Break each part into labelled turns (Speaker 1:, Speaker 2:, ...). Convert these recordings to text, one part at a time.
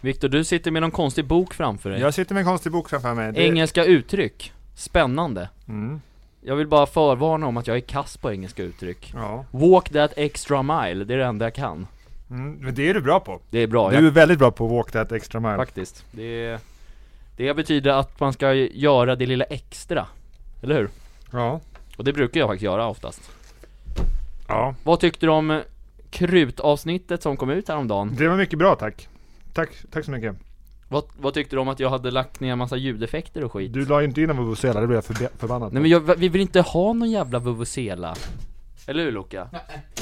Speaker 1: Viktor, du sitter med någon konstig bok framför dig.
Speaker 2: Jag sitter med en konstig bok framför mig. Det-
Speaker 1: Engelska uttryck. Spännande.
Speaker 2: Mm,
Speaker 1: Jag vill bara förvarna om att jag är kass på engelska uttryck.
Speaker 2: ja.
Speaker 1: Walk that extra mile, det är det enda jag kan.
Speaker 2: Mm, men det är du bra på.
Speaker 1: Det är bra,
Speaker 2: Du
Speaker 1: jag,
Speaker 2: är väldigt bra på att walk that extra mile.
Speaker 1: faktiskt. Det, det betyder att man ska göra det lilla extra. Eller hur?
Speaker 2: Ja.
Speaker 1: Och det brukar jag faktiskt göra oftast.
Speaker 2: ja.
Speaker 1: Vad tyckte du om eh, krutavsnittet som kom ut häromdagen?
Speaker 2: Det var mycket bra tack. Tack, tack så mycket.
Speaker 1: Vad, vad tyckte du om att jag hade lagt ner en massa ljudeffekter och skit?
Speaker 2: Du la ju inte in en vuvuzela, det blev jag förbe- förbannad
Speaker 1: Nej men jag, vi vill inte ha någon jävla vuvuzela. Eller hur Luca?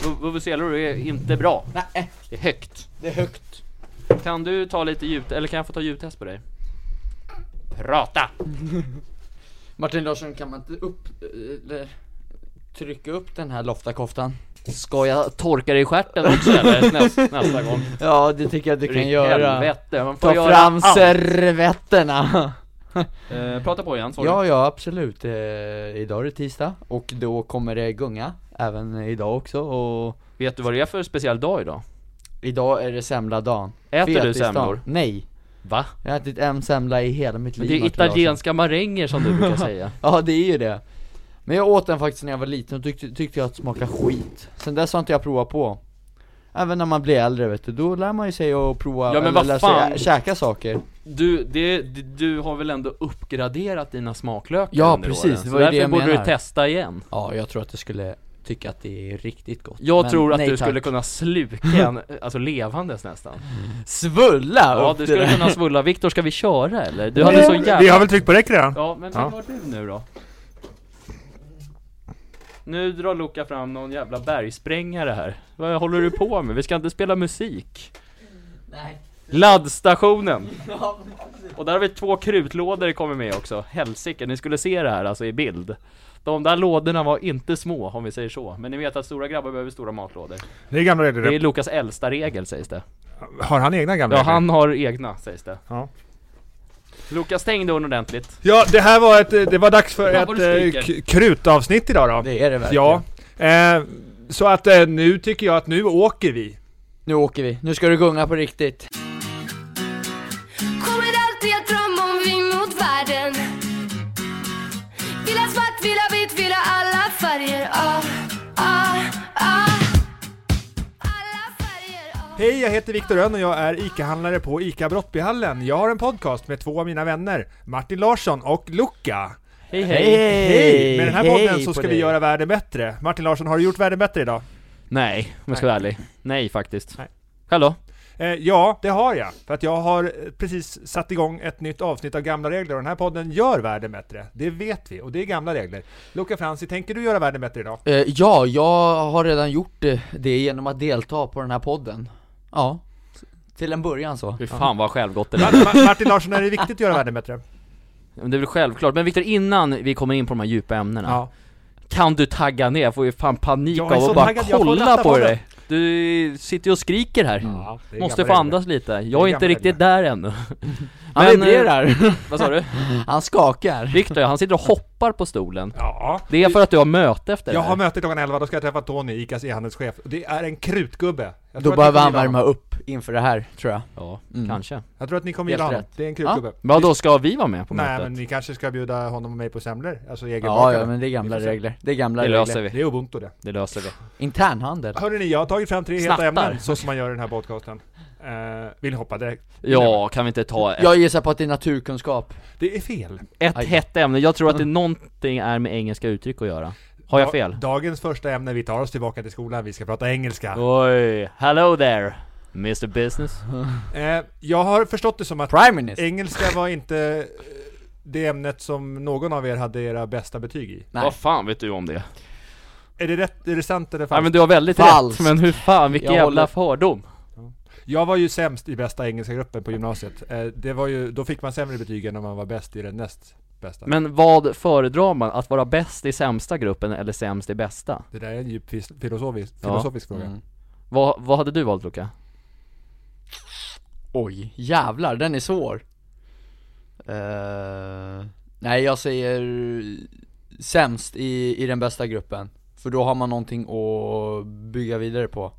Speaker 1: Vu- Vuvuzelor är inte bra.
Speaker 3: Nej,
Speaker 1: Det är högt.
Speaker 3: det är högt.
Speaker 1: Kan du ta lite ljud, eller kan jag få ta ljudtest på dig? Prata!
Speaker 3: Martin Larsson, kan man inte upp... Eller, trycka upp den här loftakoftan? Ska jag?
Speaker 1: Torka dig i stjärten också eller? Näst, nästa gång.
Speaker 3: Ja, det tycker jag att du kan
Speaker 1: I
Speaker 3: göra.
Speaker 1: Helvete, man får
Speaker 3: Ta
Speaker 1: göra
Speaker 3: fram
Speaker 1: allt.
Speaker 3: servetterna.
Speaker 1: Eh, prata på igen, sorry.
Speaker 3: Ja, ja, absolut. Eh, idag är det tisdag och då kommer det gunga, även idag också och
Speaker 1: Vet du vad det är för speciell dag idag?
Speaker 3: idag är det semladagen.
Speaker 1: Äter du
Speaker 3: Fetisdagen.
Speaker 1: semlor?
Speaker 3: Nej,
Speaker 1: Va?
Speaker 3: jag har ätit en semla i hela mitt
Speaker 1: Men
Speaker 3: liv
Speaker 1: det är
Speaker 3: Martin Larsson.
Speaker 1: italienska maränger som du brukar säga.
Speaker 3: Ja, det är ju det. Men jag åt den faktiskt när jag var liten och tyckte, tyckte jag att det smakade skit. Sen dess har inte jag provat på. Även när man blir äldre vet du, då lär man ju sig att prova,
Speaker 1: Ja, men
Speaker 3: eller
Speaker 1: vad
Speaker 3: lär sig
Speaker 1: fan?
Speaker 3: ä- käka saker.
Speaker 1: Du, det, det- du har väl ändå uppgraderat dina smaklökar
Speaker 3: Ja,
Speaker 1: under
Speaker 3: precis,
Speaker 1: åren,
Speaker 3: det
Speaker 1: så
Speaker 3: var ju det
Speaker 1: därför
Speaker 3: jag
Speaker 1: borde
Speaker 3: menar.
Speaker 1: du testa igen.
Speaker 3: Ja, jag tror att du skulle tycka att det är riktigt gott.
Speaker 1: Jag
Speaker 3: Men
Speaker 1: tror att
Speaker 3: nej,
Speaker 1: du
Speaker 3: tack.
Speaker 1: skulle kunna sluka en, alltså levandes nästan.
Speaker 3: svulla
Speaker 1: Ja,
Speaker 3: upp
Speaker 1: du
Speaker 3: det
Speaker 1: skulle
Speaker 3: där.
Speaker 1: kunna svulla. Viktor, ska vi köra eller? Du
Speaker 2: Vi-
Speaker 1: hade så jävla...
Speaker 2: Vi har väl tryckt på räck redan?
Speaker 1: Ja, men
Speaker 2: Ja.
Speaker 1: vad gör du nu då? Nu drar Luca fram någon jävla bergsprängare här. Vad håller du på med? Vi ska inte spela musik.
Speaker 3: Nej.
Speaker 1: Laddstationen! Och där har vi två krutlådor kommit med också. Helsike, ni skulle se det här alltså i bild. De där lådorna var inte små om vi säger så. Men ni vet att stora grabbar behöver stora matlådor.
Speaker 2: Det är gamla regler.
Speaker 1: Det är
Speaker 2: det.
Speaker 1: Lukas äldsta regel sägs det.
Speaker 2: Har han egna gamla
Speaker 1: Ja,
Speaker 2: regler?
Speaker 1: han har egna sägs det.
Speaker 2: Ja.
Speaker 1: Lukas, stäng dörren ordentligt.
Speaker 2: Ja, det här var ett, eh, det var dags för
Speaker 1: Ja, vad
Speaker 2: ett
Speaker 1: du
Speaker 2: eh,
Speaker 1: skriker.
Speaker 2: k- krutavsnitt idag då.
Speaker 3: Det är det verkligen.
Speaker 2: Ja. Eh, så att eh, nu tycker jag att nu åker vi.
Speaker 3: Nu åker vi, nu ska du gunga på riktigt.
Speaker 4: Kommer alltid att drömma om vi mot världen Vill ha svart, vill ha vitt, vill ha alla färger ah, ah, ah. Alla färger ah.
Speaker 2: Hej, jag heter Viktor Rönn och jag är ICA-handlare på ICA Brottbyhallen. Jag har en podcast med två av mina vänner, Martin Larsson och Luca.
Speaker 1: Hej
Speaker 3: Hej,
Speaker 1: hej!
Speaker 2: Med den här
Speaker 3: hej
Speaker 2: podden så
Speaker 3: på
Speaker 2: ska vi
Speaker 3: dig.
Speaker 2: göra världen bättre. Martin Larsson, har du gjort världen bättre idag?
Speaker 1: Nej, om jag ska vara ärlig. Nej faktiskt.
Speaker 2: Nej.
Speaker 1: Själv då?
Speaker 2: Eh, ja, det har jag. För att jag har eh, precis satt igång ett nytt avsnitt av Gamla Regler och den här podden gör världen bättre. Det vet vi, och det är Gamla Regler. Luca Franzi, tänker du göra världen bättre idag?
Speaker 3: Eh, ja, jag har redan gjort eh, det genom att delta på den här podden. Ja, till en början så.
Speaker 1: Fy fan vad självgott det lät.
Speaker 2: Mar- Ma- Martin Larsson, är det viktigt att göra världen bättre?
Speaker 1: Men Det är väl självklart. Men Viktor, innan vi kommer in på de här djupa ämnena. Kan du tagga ner? Jag får ju fan panik
Speaker 2: Jag
Speaker 1: av
Speaker 2: är så
Speaker 1: att bara
Speaker 2: taggad, jag får
Speaker 1: kolla
Speaker 2: lätta
Speaker 1: på
Speaker 2: bollen.
Speaker 1: dig. Du sitter ju och skriker här.
Speaker 2: Ja, det är
Speaker 1: Måste få
Speaker 2: gamla
Speaker 1: andas lite. Jag är,
Speaker 2: gamla
Speaker 1: inte riktigt där ännu.
Speaker 3: Han
Speaker 1: Men, eh,
Speaker 3: vibrerar,
Speaker 1: Vad sa du?
Speaker 3: eh, han skakar.
Speaker 1: Viktor, han sitter och hoppar på stolen.
Speaker 2: regler. Ja.
Speaker 1: Det är för att du har möte efter
Speaker 2: Jag
Speaker 1: det
Speaker 2: har
Speaker 1: här.
Speaker 2: möte klockan 11, då ska jag träffa Tony, ICAs e-handelschef. Det är en krutgubbe. Jag tror
Speaker 3: Då
Speaker 2: att
Speaker 3: behöver
Speaker 2: ni
Speaker 3: han
Speaker 2: kommer gilla
Speaker 3: värma
Speaker 2: honom.
Speaker 3: upp inför det här, tror jag.
Speaker 1: Ja,
Speaker 3: Mm.
Speaker 1: kanske.
Speaker 2: Jag tror att ni kommer
Speaker 3: Helt
Speaker 2: gilla honom.
Speaker 3: rätt.
Speaker 2: Det är en krutgubbe.
Speaker 1: Vad då ska vi vara med på
Speaker 2: Nej,
Speaker 1: mötet?
Speaker 2: men ni kanske ska bjuda honom och mig på semlor? Alltså
Speaker 3: Ja,
Speaker 2: egenbakade?
Speaker 3: ja, men det är gamla
Speaker 2: Vi får se.
Speaker 3: regler. Det är gamla
Speaker 1: Det löser
Speaker 3: regler.
Speaker 1: vi.
Speaker 2: Det är ubuntu det.
Speaker 1: Det löser vi.
Speaker 3: Internhandel.
Speaker 2: Hörrni, jag har tagit fram tre
Speaker 1: Snattar.
Speaker 2: heta ämnen, så som man gör i den här podcasten. Eh, vill ni hoppa direkt?
Speaker 1: Ja, kan vi inte ta ett,
Speaker 3: Jag gissar på att det är naturkunskap.
Speaker 2: Det är fel.
Speaker 1: ett
Speaker 3: Aj.
Speaker 1: hett ämne? Jag tror att det någonting är med engelska uttryck att göra. Har jag
Speaker 2: Ja,
Speaker 1: fel?
Speaker 2: Dagens första ämne, vi tar oss tillbaka till skolan, vi ska prata engelska.
Speaker 1: Oj, hello there, Mr Business.
Speaker 2: Eh, jag har förstått det som att
Speaker 3: Prime Minister.
Speaker 2: engelska var inte eh, det ämnet som någon av er hade era bästa betyg i.
Speaker 3: Nej.
Speaker 1: Vad fan vet du om det?
Speaker 2: Är det rätt, är det sant eller
Speaker 1: Nej
Speaker 2: falskt?
Speaker 1: men du har väldigt
Speaker 3: Falskt.
Speaker 1: rätt, men hur fan vilken
Speaker 3: Jag
Speaker 1: jävla
Speaker 3: håller-
Speaker 1: fördom
Speaker 2: Jag var ju sämst i bästa engelska gruppen på gymnasiet. Eh, det var ju, då fick man sämre betyg än om man var bäst i den näst bästa.
Speaker 1: Men vad föredrar man? Att vara bäst i sämsta gruppen eller sämst i bästa?
Speaker 2: Det där är en djup fis- filosofisk,
Speaker 1: Ja.
Speaker 2: filosofisk fråga.
Speaker 3: Mm.
Speaker 1: Vad, vad hade du valt Luca?
Speaker 3: Oj, jävlar, den är svår. Eh, nej, jag säger sämst i, i den bästa gruppen. För då har man någonting att bygga vidare på.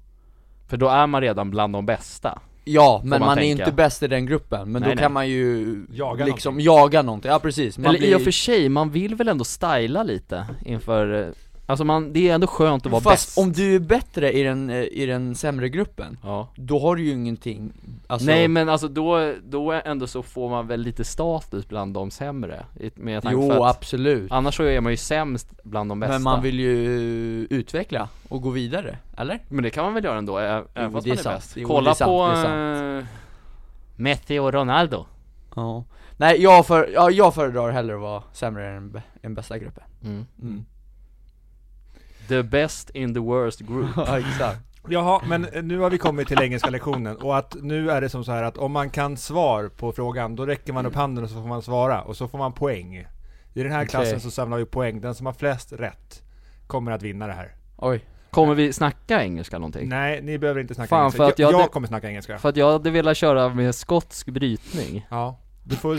Speaker 1: För då är man redan bland de bästa
Speaker 3: Ja, men
Speaker 1: man
Speaker 3: man, är
Speaker 1: tänka.
Speaker 3: inte bäst i den gruppen, men
Speaker 1: Nej,
Speaker 3: då
Speaker 1: nej.
Speaker 3: kan man ju
Speaker 2: Jaga
Speaker 3: liksom jaga någonting, ja precis man
Speaker 1: Eller i
Speaker 3: blir-
Speaker 1: och för sig, man vill väl ändå styla lite inför, eh, alltså man, det är ändå skönt att vara
Speaker 3: Fast
Speaker 1: bäst
Speaker 3: om du är bättre i den, eh, i den sämre gruppen,
Speaker 1: ja.
Speaker 3: då har du ju ingenting, alltså,
Speaker 1: Nej men alltså då, då är ändå så får man väl lite status bland de sämre, i- med tanke
Speaker 3: jo
Speaker 1: för att
Speaker 3: absolut
Speaker 1: annars så är man ju sämst bland de bästa
Speaker 3: Men man vill ju utveckla och gå vidare, eller?
Speaker 1: Men det kan man väl göra ändå, ä- även
Speaker 3: Jo,
Speaker 1: fast
Speaker 3: det
Speaker 1: man
Speaker 3: är
Speaker 1: är
Speaker 3: sant.
Speaker 1: bäst?
Speaker 3: Jo,
Speaker 1: Kolla
Speaker 3: det är sant,
Speaker 1: på
Speaker 3: det är
Speaker 1: eh, Messi och Ronaldo
Speaker 3: Ja Nej jag, för, ja, jag föredrar hellre att vara sämre än b- än bästa gruppen Mm.
Speaker 1: The best in the worst group
Speaker 3: Ja exakt
Speaker 2: Jaha, men eh, nu har vi kommit till engelska lektionen och att nu är det som så här att om man kan svar på frågan då räcker man upp handen och så får man svara och så får man poäng. I den här klassen så samlar vi poäng. Den som har flest rätt kommer att vinna det här.
Speaker 3: Oj,
Speaker 1: Kommer vi snacka engelska någonting?
Speaker 2: Nej, ni behöver inte snacka
Speaker 1: Fan,
Speaker 2: engelska.
Speaker 1: för att
Speaker 2: jag,
Speaker 1: jag-
Speaker 2: jag kommer snacka engelska.
Speaker 1: För att jag hade velat köra med skotsk brytning
Speaker 2: Ja. Du får,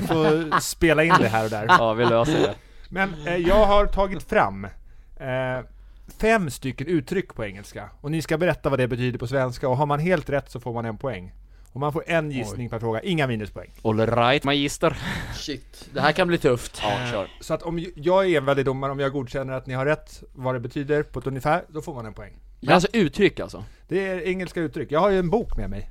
Speaker 2: du får spela in det här och där.
Speaker 1: Ja vi löser det
Speaker 2: Men eh, jag har tagit fram eh, fem stycken uttryck på engelska. Och ni ska berätta vad det betyder på svenska. Och har man helt rätt så får man en poäng. Och man får en gissning per fråga, inga minuspoäng.
Speaker 1: All right magister
Speaker 3: shit, det här kan bli tufft
Speaker 1: Ja kör
Speaker 2: Så att om j- jag är en väldig domare, om jag godkänner att ni har rätt vad det betyder på ett ungefär, då får man en poäng.
Speaker 1: Men alltså uttryck alltså?
Speaker 2: Det är engelska uttryck. Jag har ju en bok med mig.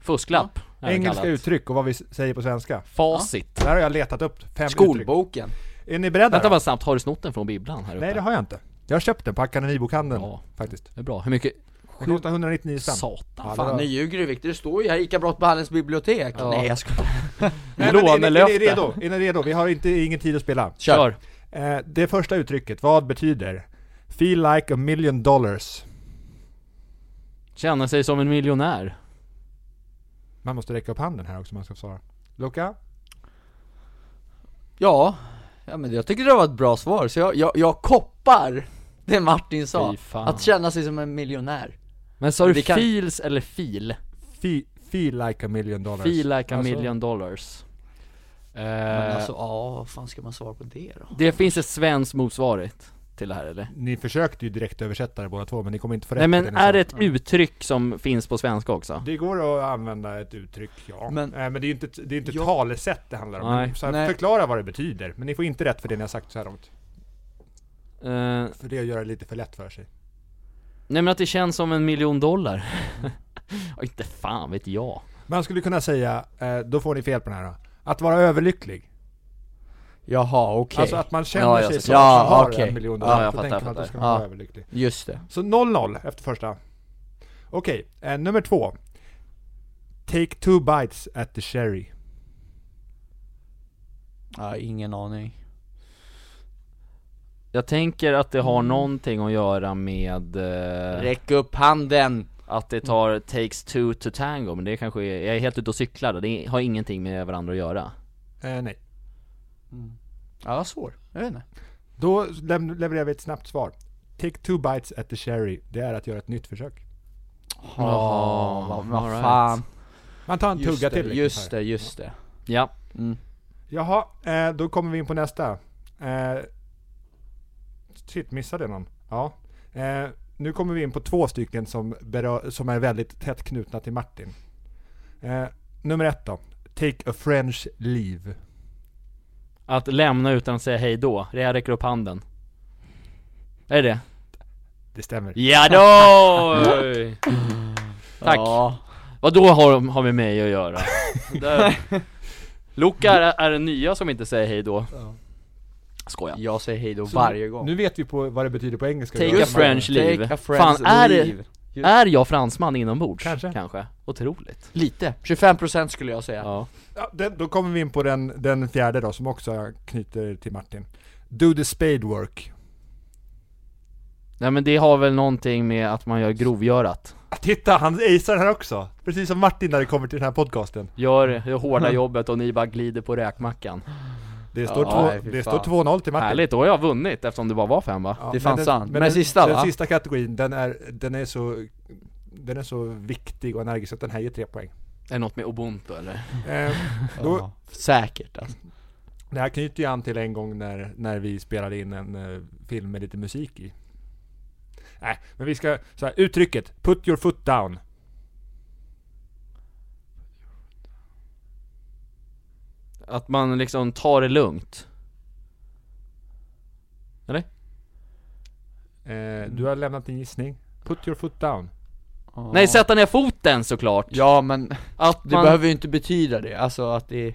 Speaker 1: Fusklapp är det
Speaker 2: engelska
Speaker 1: kallat.
Speaker 2: uttryck och vad vi s- säger på svenska.
Speaker 1: Facit
Speaker 2: Där har jag letat upp fem uttryck.
Speaker 3: Skolboken
Speaker 2: Är ni beredda?
Speaker 1: Vänta
Speaker 2: då?
Speaker 1: bara snabbt, har du snott den från bibblan här uppe?
Speaker 2: Nej, det har jag inte. Jag har köpt den på Akademibokhandeln,
Speaker 1: Ja.
Speaker 2: faktiskt.
Speaker 1: Det är bra, hur mycket?
Speaker 2: Den kostar 199 spänn.
Speaker 1: Satan
Speaker 2: Ja,
Speaker 3: Fan nu
Speaker 2: det
Speaker 3: ljuger du Viktor, det står ju här ICA Brottbehandlings bibliotek
Speaker 1: Ja.
Speaker 3: Nej jag skojar
Speaker 2: Nej, men är ni- Är ni
Speaker 1: Lånelöfte.
Speaker 2: redo? Är ni redo? Vi har inte, ingen tid att spela.
Speaker 1: Kör!
Speaker 2: Eh, det första uttrycket, vad betyder? Feel like a million dollars.
Speaker 1: Känna sig som en miljonär
Speaker 2: Man måste räcka upp handen här också om man ska svara. Luca?
Speaker 3: Ja, ja men jag tycker det var ett bra svar, så jag, jag, jag koppar det Martin sa
Speaker 1: Fy fan.
Speaker 3: Att känna sig som en miljonär
Speaker 1: Men sa du
Speaker 3: Det kan-
Speaker 1: feels eller fil?
Speaker 2: Fe, feel like a million dollars.
Speaker 1: Feel like a
Speaker 2: Alltså,
Speaker 1: million dollars
Speaker 3: Men
Speaker 1: eh,
Speaker 3: alltså, ja vad fan ska man svara på det då?
Speaker 1: Det finns ett svenskt motsvarigt till det här eller?
Speaker 2: Ni försökte ju direkt översätta det båda två, men ni kommer inte få rätt
Speaker 1: Nej
Speaker 2: på det
Speaker 1: men
Speaker 2: ni sa.
Speaker 1: är det ett uttryck som finns på svenska också?
Speaker 2: Det går att använda ett uttryck, ja. Men,
Speaker 3: Men-
Speaker 2: eh, men det är ju inte, det är inte
Speaker 3: Ja.
Speaker 2: talesätt det handlar om.
Speaker 1: Nej.
Speaker 2: Men Så här,
Speaker 3: Nej.
Speaker 2: förklara vad det betyder, men ni får inte rätt för det ni har sagt så här långt.
Speaker 1: Eh,
Speaker 2: För det gör det lite för lätt för sig.
Speaker 1: nej men att det känns som en miljon dollar Ja, Inte fan vet jag
Speaker 2: Man skulle kunna säga, eh, då får ni fel på den här då. Att vara överlycklig.
Speaker 3: Jaha okej,
Speaker 2: Alltså att man känner
Speaker 3: Ja, ja,
Speaker 2: sig
Speaker 3: så-
Speaker 2: som
Speaker 3: ja,
Speaker 2: att man har
Speaker 3: okej.
Speaker 2: en miljon
Speaker 3: Ja,
Speaker 2: dollar.
Speaker 1: jag
Speaker 2: då
Speaker 1: fattar,
Speaker 2: tänker
Speaker 1: jag
Speaker 2: man att då
Speaker 1: fattar.
Speaker 2: ska man vara
Speaker 3: Ja.
Speaker 2: överlycklig.
Speaker 3: just det
Speaker 2: Så 0-0 efter första. Okej, eh, nummer två. Take two bites at the sherry.
Speaker 3: Ja, ingen aning
Speaker 1: Jag tänker att det har någonting att göra med eh,
Speaker 3: Räck upp handen!
Speaker 1: Att det tar takes two to tango, men det kanske är, jag är helt ute och cyklar där. det har ingenting med varandra att göra
Speaker 2: Eh, nej.
Speaker 3: Ja, vad svår, jag vet inte
Speaker 2: Då läm- levererar vi ett snabbt svar. Take two bites at the sherry, det är att göra ett nytt försök.
Speaker 3: Ja, vad vad
Speaker 1: alright.
Speaker 3: fan
Speaker 2: Man tar en
Speaker 3: Just
Speaker 2: tugga
Speaker 3: det,
Speaker 2: till. liksom
Speaker 3: just
Speaker 2: här.
Speaker 3: det, just det
Speaker 1: Ja,
Speaker 3: mm.
Speaker 2: Jaha, eh, då kommer vi in på nästa. Eh, shit, missade jag någon? Ja. Eh, nu kommer vi in på två stycken som, berör, som är väldigt tätt knutna till Martin. Eh, nummer ett då. Take a French leave.
Speaker 1: att lämna utan att säga hej då, det jag räcker upp handen Är det det?
Speaker 2: Det stämmer.
Speaker 1: Ja då! Tack!
Speaker 3: Ja,
Speaker 1: Vad då har, de- har med mig att göra? Där. Luca är, är den nya som inte säger hej då Skoja
Speaker 3: jag säger hej då
Speaker 2: Så
Speaker 3: varje
Speaker 2: nu-
Speaker 3: gång
Speaker 2: Nu vet vi på vad det betyder på engelska.
Speaker 1: Take
Speaker 2: Just
Speaker 1: a
Speaker 2: det.
Speaker 1: French leave.
Speaker 3: Take a
Speaker 1: Fan,
Speaker 3: friends
Speaker 1: är det-
Speaker 3: leave
Speaker 1: Är jag fransman inombords?
Speaker 2: Kanske.
Speaker 1: Kanske. Otroligt
Speaker 3: Lite, 25% skulle jag säga
Speaker 1: Ja,
Speaker 2: Ja, den, då kommer vi in på den, den fjärde då, som också knyter till Martin. Do the spade work.
Speaker 1: Nej men det har väl någonting med att man gör grovgörat
Speaker 2: Titta, han acear här också! Precis som Martin när det kommer till den här podcasten.
Speaker 1: Gör det hårda jobbet och ni bara glider på räkmackan
Speaker 2: Det står,
Speaker 3: Ja,
Speaker 2: två,
Speaker 3: nej, fy
Speaker 2: det står
Speaker 3: fan.
Speaker 2: 2-0 till Martin.
Speaker 1: Härligt, då har jag vunnit eftersom det bara var fem va?
Speaker 2: Ja,
Speaker 3: Det är
Speaker 2: men
Speaker 3: fan
Speaker 2: den-
Speaker 3: sant.
Speaker 2: men
Speaker 3: Men sista,
Speaker 2: Den
Speaker 3: va?
Speaker 2: sista kategorin, den är, den är så den är så viktig och energisk att den här ger tre poäng.
Speaker 1: Är det något med ubuntu eller?
Speaker 2: Eh, då,
Speaker 3: Mm. Ja, Säkert alltså
Speaker 2: det här knyter ju an till en gång när, när vi spelade in en eh, film med lite musik i. Nej, men vi ska, så här, uttrycket 'Put your foot down'
Speaker 1: Att man liksom tar det lugnt
Speaker 2: Eh,
Speaker 3: Mm.
Speaker 2: du har lämnat din gissning. Put your foot down.
Speaker 3: Ja.
Speaker 1: Nej sätta ner foten såklart!
Speaker 3: Ja men det
Speaker 1: Att man...
Speaker 3: behöver ju inte betyda det, alltså att det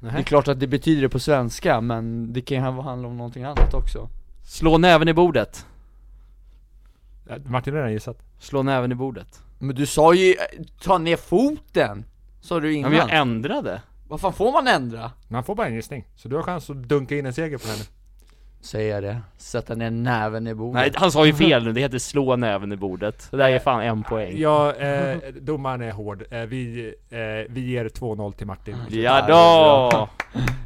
Speaker 3: Det är
Speaker 1: Nej.
Speaker 3: klart att det betyder det på svenska, men det kan ju handla om någonting annat också
Speaker 1: Slå näven i bordet
Speaker 2: Eh, Martin har redan gissat.
Speaker 1: Slå näven i bordet
Speaker 3: Men du sa ju, eh, ta ner foten! Sa du
Speaker 1: ja,
Speaker 3: innan
Speaker 1: Men jag ändrade
Speaker 3: Vad fan får man ändra?
Speaker 2: Men han får bara en gissning. Så du har chans att dunka in en seger på henne.
Speaker 3: Säger jag det, sätta ner näven i bordet
Speaker 1: Nej han sa ju fel nu, det heter slå näven i bordet Det där är fan en poäng
Speaker 2: Ja, eh, domaren är hård. Eh, vi, eh, vi ger 2-0 till Martin.
Speaker 1: Ah, Ja då.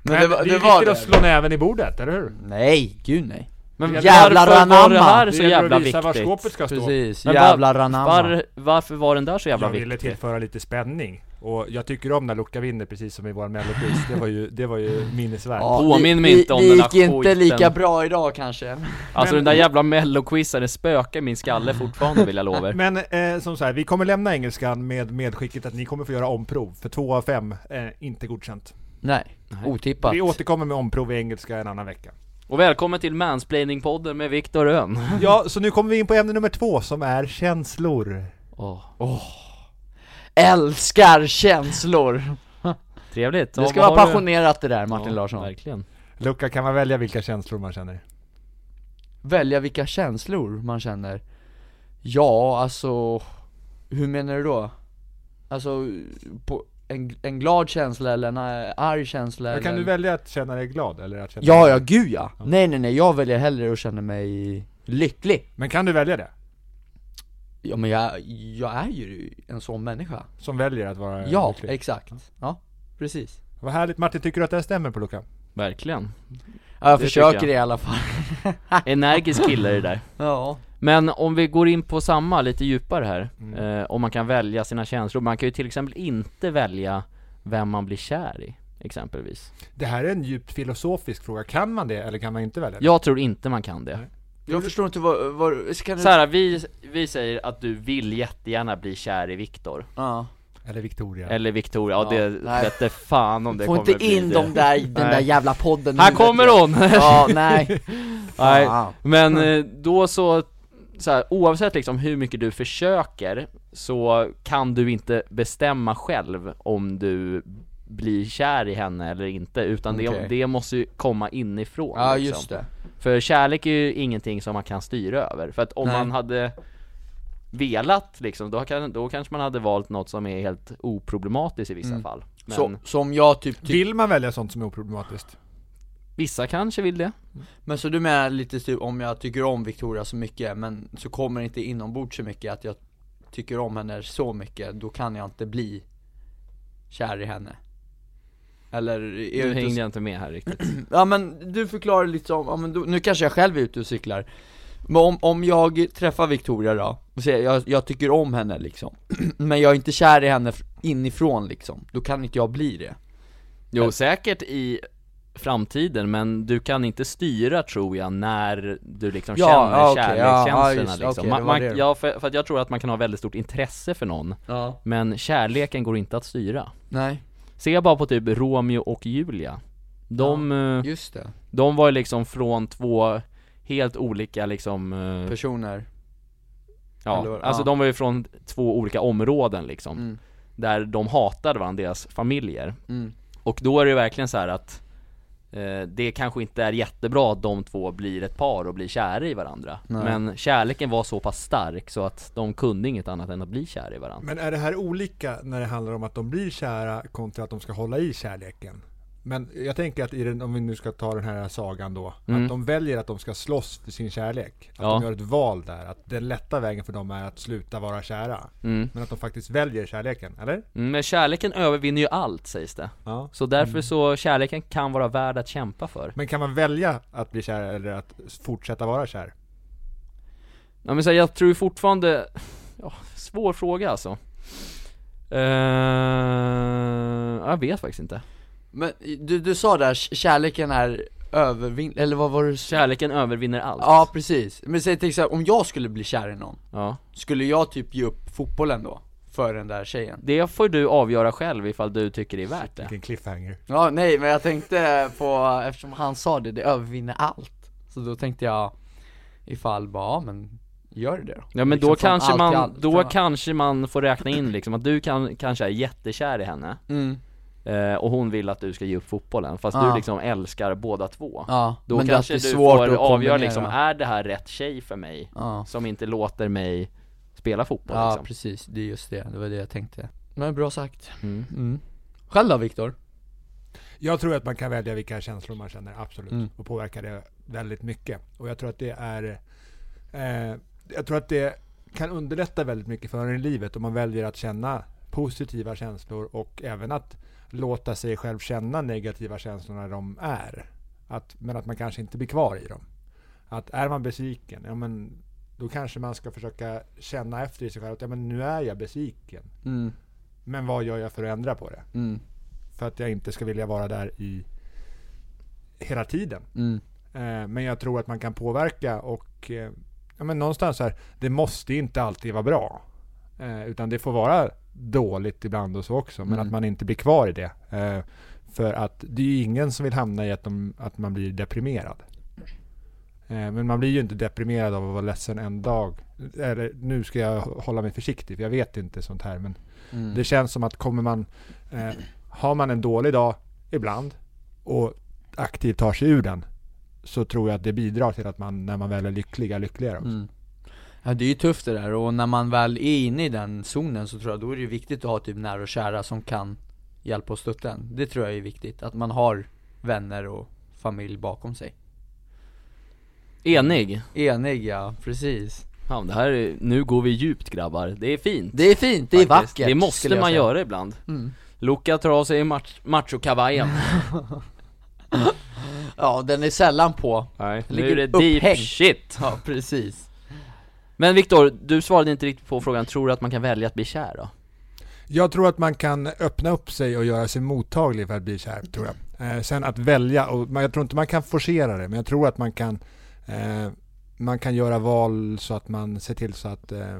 Speaker 3: Men det, var-
Speaker 2: det
Speaker 3: det
Speaker 2: är
Speaker 3: var
Speaker 2: viktigt
Speaker 3: det
Speaker 2: att slå näven i bordet, eller hur?
Speaker 3: Nej, gud nej
Speaker 1: Men
Speaker 3: Jävlar
Speaker 1: varför var det
Speaker 3: anamma.
Speaker 1: här så
Speaker 2: gäller att
Speaker 1: jävla
Speaker 2: visa var skåpet
Speaker 1: viktigt?
Speaker 2: ska stå.
Speaker 3: Precis,
Speaker 1: Men
Speaker 3: jävlar
Speaker 1: var-
Speaker 3: anamma
Speaker 1: Var, varför var den där så jävla
Speaker 2: Jag ville
Speaker 1: viktig?
Speaker 2: tillföra lite spänning. Och jag tycker om när Loka vinner, precis som i vår mellopris. Det var ju, det var ju minnesvärt.
Speaker 3: Ja,
Speaker 1: Påminn
Speaker 3: det-
Speaker 1: mig
Speaker 3: det-
Speaker 1: inte om
Speaker 3: det
Speaker 1: den där
Speaker 3: gick inte
Speaker 1: skiten.
Speaker 3: lika bra idag kanske
Speaker 1: Alltså den
Speaker 2: Men-
Speaker 1: där jävla melloquizen, det spökar i min skalle fortfarande vill jag lova er.
Speaker 2: Men eh, som så här, vi kommer lämna engelskan med medskicket att ni kommer få göra omprov, för två av fem eh, inte godkänt.
Speaker 3: Nej, otippat
Speaker 2: Vi återkommer med omprov i engelska en annan vecka.
Speaker 1: Och välkommen till mansplaining-podden med Viktor Rönn.
Speaker 2: Ja, så nu kommer vi in på ämne nummer två som är känslor.
Speaker 1: Åh,
Speaker 3: Älskar känslor!
Speaker 1: trevligt.
Speaker 3: Det ska
Speaker 1: vad
Speaker 3: vara
Speaker 1: har du-
Speaker 3: passionerat det där Martin
Speaker 1: Ja,
Speaker 3: Larsson
Speaker 1: Verkligen.
Speaker 2: Luca, kan man välja vilka känslor man känner?
Speaker 3: välja vilka känslor man känner Ja, alltså Hur menar du då? Alltså, på en, en glad känsla eller en eh, arg känsla
Speaker 2: Kan
Speaker 3: eller...
Speaker 2: du välja att känna dig glad eller att känna
Speaker 3: Ja,
Speaker 2: dig...
Speaker 3: ja gud ja! Nej nej nej, jag väljer hellre att känna mig lycklig
Speaker 2: Men kan du välja det?
Speaker 3: Ja men jag, jag är ju en sån människa
Speaker 2: Som väljer att vara
Speaker 3: Ja,
Speaker 2: lycklig.
Speaker 3: exakt, ja, precis
Speaker 2: Vad härligt Martin, tycker du att det här stämmer på Luca?
Speaker 1: Verkligen.
Speaker 3: Ja, jag
Speaker 1: Det
Speaker 3: försöker
Speaker 1: tycker jag.
Speaker 3: i alla fall
Speaker 1: Energisk kille det där.
Speaker 3: Ja
Speaker 1: Men om vi går in på samma lite djupare här, eh, om man kan välja sina känslor. Man kan ju till exempel inte välja vem man blir kär i, exempelvis.
Speaker 2: Det här är en djupt filosofisk fråga. Kan man det eller kan man inte välja det?
Speaker 1: Jag tror inte man kan det.
Speaker 3: Jag förstår inte vad, vad kan du...
Speaker 1: Så här, vi, vi säger att du vill jättegärna bli kär i Viktor.
Speaker 3: Ja.
Speaker 2: Eller Victoria?
Speaker 1: Eller Victoria, ja,
Speaker 3: Ja,
Speaker 1: det
Speaker 3: nej.
Speaker 1: vette fan om det
Speaker 3: Få
Speaker 1: kommer
Speaker 3: inte
Speaker 1: bli
Speaker 3: in
Speaker 1: det.
Speaker 3: dem där, i den där
Speaker 1: Nej.
Speaker 3: jävla podden
Speaker 1: Här
Speaker 3: nu,
Speaker 1: kommer
Speaker 3: vet
Speaker 1: hon!
Speaker 3: jag. Ja, nej
Speaker 1: Nej,
Speaker 3: Fan.
Speaker 1: men
Speaker 3: Mm.
Speaker 1: eh, då så, så här, oavsett liksom hur mycket du försöker så kan du inte bestämma själv om du blir kär i henne eller inte, utan det,
Speaker 3: Okej.
Speaker 1: det måste ju komma inifrån
Speaker 3: Ja
Speaker 1: liksom.
Speaker 3: just det,
Speaker 1: För kärlek är ju ingenting som man kan styra över, för att om
Speaker 3: Nej.
Speaker 1: man hade velat liksom, då, kan, då kanske man hade valt något som är helt oproblematiskt i vissa fall liksom. men
Speaker 3: Mm. så, som jag typ ty-
Speaker 2: Vill man välja sånt som är oproblematiskt?
Speaker 1: vissa kanske vill det
Speaker 3: Men så du menar lite typ om jag tycker om Victoria så mycket men så kommer det inte inombords så mycket att jag tycker om henne så mycket, då kan jag inte bli kär i henne Eller är
Speaker 1: Du
Speaker 3: jag ute
Speaker 1: hängde
Speaker 3: och,
Speaker 1: inte med här riktigt
Speaker 3: Ja men du förklarar lite om, ja, men då, nu kanske jag själv är ute och cyklar Men om, om jag träffar Victoria då, och säger jag, jag tycker om henne liksom Men jag är inte kär i henne fr- inifrån liksom, då kan inte jag bli det Eh,
Speaker 1: Jo säkert i framtiden men du kan inte styra tror jag när du liksom
Speaker 3: Ja,
Speaker 1: känner
Speaker 3: ja, okej, ja, ja, ah,
Speaker 1: kärlekskänslorna
Speaker 3: just det,
Speaker 1: liksom
Speaker 3: okej, det
Speaker 1: man,
Speaker 3: var
Speaker 1: man,
Speaker 3: det då.
Speaker 1: ja, för, för att jag tror att man kan ha väldigt stort intresse för någon
Speaker 3: Ja
Speaker 1: Men kärleken går inte att styra
Speaker 3: Nej,
Speaker 1: Se bara på typ Romeo och Julia De, eh,
Speaker 3: just det,
Speaker 1: de var ju liksom från två helt olika liksom eh,
Speaker 3: personer eller
Speaker 1: Ja,
Speaker 3: vad-
Speaker 1: alltså
Speaker 3: ja.
Speaker 1: de var ju från två olika områden liksom
Speaker 3: Mm.
Speaker 1: Där de hatade varandra, deras familjer
Speaker 3: Mm.
Speaker 1: Och då är det verkligen så här att eh, Det kanske inte är jättebra att de två blir ett par och blir kära i varandra
Speaker 3: Nej.
Speaker 1: Men kärleken var så pass stark så att de kunde inget annat än att bli kära i varandra
Speaker 2: Men är det här olika när det handlar om att de blir kära kontra att de ska hålla i kärleken? Men jag tänker att i den, om vi nu ska ta den här sagan då, att de väljer att de ska slåss för sin kärlek. Att
Speaker 1: Ja.
Speaker 2: de gör ett val där, att den lätta vägen för dem är att sluta vara kära. Men att de faktiskt väljer kärleken, eller?
Speaker 1: Mm, Men kärleken övervinner ju allt sägs det
Speaker 2: Ja.
Speaker 1: Så
Speaker 3: Mm.
Speaker 1: därför så, kärleken kan vara värd att kämpa för
Speaker 2: Men kan man välja att bli kär eller att fortsätta vara kär?
Speaker 1: Ja men så här, jag tror ju fortfarande, ja, svår fråga alltså Eh, jag vet faktiskt inte.
Speaker 3: Men du, du sa där, k- kärleken är övervin... eller vad var det du sa?
Speaker 1: Kärleken övervinner allt.
Speaker 3: Ja precis, men säg till exempel om jag skulle bli kär i någon,
Speaker 1: ja.
Speaker 3: skulle jag typ ge upp fotbollen då? för den där tjejen
Speaker 1: Det får du avgöra själv ifall du tycker det är värt det
Speaker 2: Vilken cliffhanger.
Speaker 3: Ja nej men jag tänkte på, eftersom han sa det, det övervinner allt Så då tänkte jag ifall bara, ja, men gör det då
Speaker 1: Ja men
Speaker 3: Liksom
Speaker 1: då
Speaker 3: från
Speaker 1: kanske
Speaker 3: allt
Speaker 1: man,
Speaker 3: till allt.
Speaker 1: då kanske man får räkna in liksom att du kan, kanske är jättekär i henne
Speaker 3: mm,
Speaker 1: eh, Och hon vill att du ska ge upp fotbollen fast
Speaker 3: Ja.
Speaker 1: du liksom älskar båda två
Speaker 3: ja,
Speaker 1: Då
Speaker 3: men
Speaker 1: kanske
Speaker 3: att det är
Speaker 1: du
Speaker 3: svårt
Speaker 1: får
Speaker 3: att
Speaker 1: avgöra
Speaker 3: kombinera.
Speaker 1: liksom, är det här rätt tjej för mig?
Speaker 3: Ja,
Speaker 1: Som inte låter mig spela fotboll
Speaker 3: ja
Speaker 1: liksom.
Speaker 3: precis, det är just det, det var det jag tänkte Men bra sagt
Speaker 1: mm.
Speaker 3: mm. Själv då Viktor?
Speaker 2: Jag tror att man kan välja vilka känslor man känner, absolut.
Speaker 3: Mm.
Speaker 2: Och påverka det väldigt mycket. Och jag tror att det är... Eh, jag tror att det kan underlätta väldigt mycket för en i livet om man väljer att känna positiva känslor och även att låta sig själv känna negativa känslor när de är. Att, men att man kanske inte blir kvar i dem. Att är man besviken, ja men då kanske man ska försöka känna efter i sig själv att ja, men nu är jag besviken.
Speaker 3: Mm,
Speaker 2: Men vad gör jag för att ändra på det?
Speaker 3: mm,
Speaker 2: För att jag inte ska vilja vara där i hela tiden.
Speaker 3: mm,
Speaker 2: Eh, men jag tror att man kan påverka och eh, ja, men någonstans så här, det måste inte alltid vara bra. Eh, utan det får vara dåligt ibland och så också, men
Speaker 3: Mm.
Speaker 2: att man inte blir kvar i det. Eh, för att det är ju ingen som vill hamna i att, de, att man blir deprimerad. Eh, men man blir ju inte deprimerad av att vara ledsen en dag. Eller nu ska jag hålla mig försiktig, för jag vet inte sånt här. Men
Speaker 3: mm.
Speaker 2: det känns som att kommer man, eh, har man en dålig dag ibland och aktivt tar sig ur den så tror jag att det bidrar till att man, när man väl är lycklig, är lyckligare. också.
Speaker 3: Mm. Ja det är ju tufft det där och när man väl är inne i den zonen så tror jag då är det viktigt att ha typ nära och kära som kan hjälpa och stötta en Det tror jag är viktigt, att man har vänner och familj bakom sig
Speaker 1: Enig!
Speaker 3: Enig ja, precis
Speaker 1: Fan, det här är, nu går vi djupt grabbar, det är fint
Speaker 3: Det är fint, det är
Speaker 1: faktiskt.
Speaker 3: vackert
Speaker 1: Det
Speaker 3: skulle
Speaker 1: måste
Speaker 3: jag
Speaker 1: man
Speaker 3: säga.
Speaker 1: göra ibland
Speaker 3: Mm.
Speaker 1: Luka tar av sig mach, machokavajen
Speaker 3: Ja den är sällan på
Speaker 1: Nej, nu är
Speaker 3: Ligger
Speaker 1: det deep
Speaker 3: upphängd.
Speaker 1: shit
Speaker 3: Ja precis
Speaker 1: Men Viktor, du svarade inte riktigt på frågan, tror du att man kan välja att bli kär då?
Speaker 2: Jag tror att man kan öppna upp sig och göra sig mottaglig för att bli kär, tror jag. Eh, sen att välja, och man, jag tror inte man kan forcera det, men jag tror att man kan, eh, man kan göra val så att man ser till så att, eh,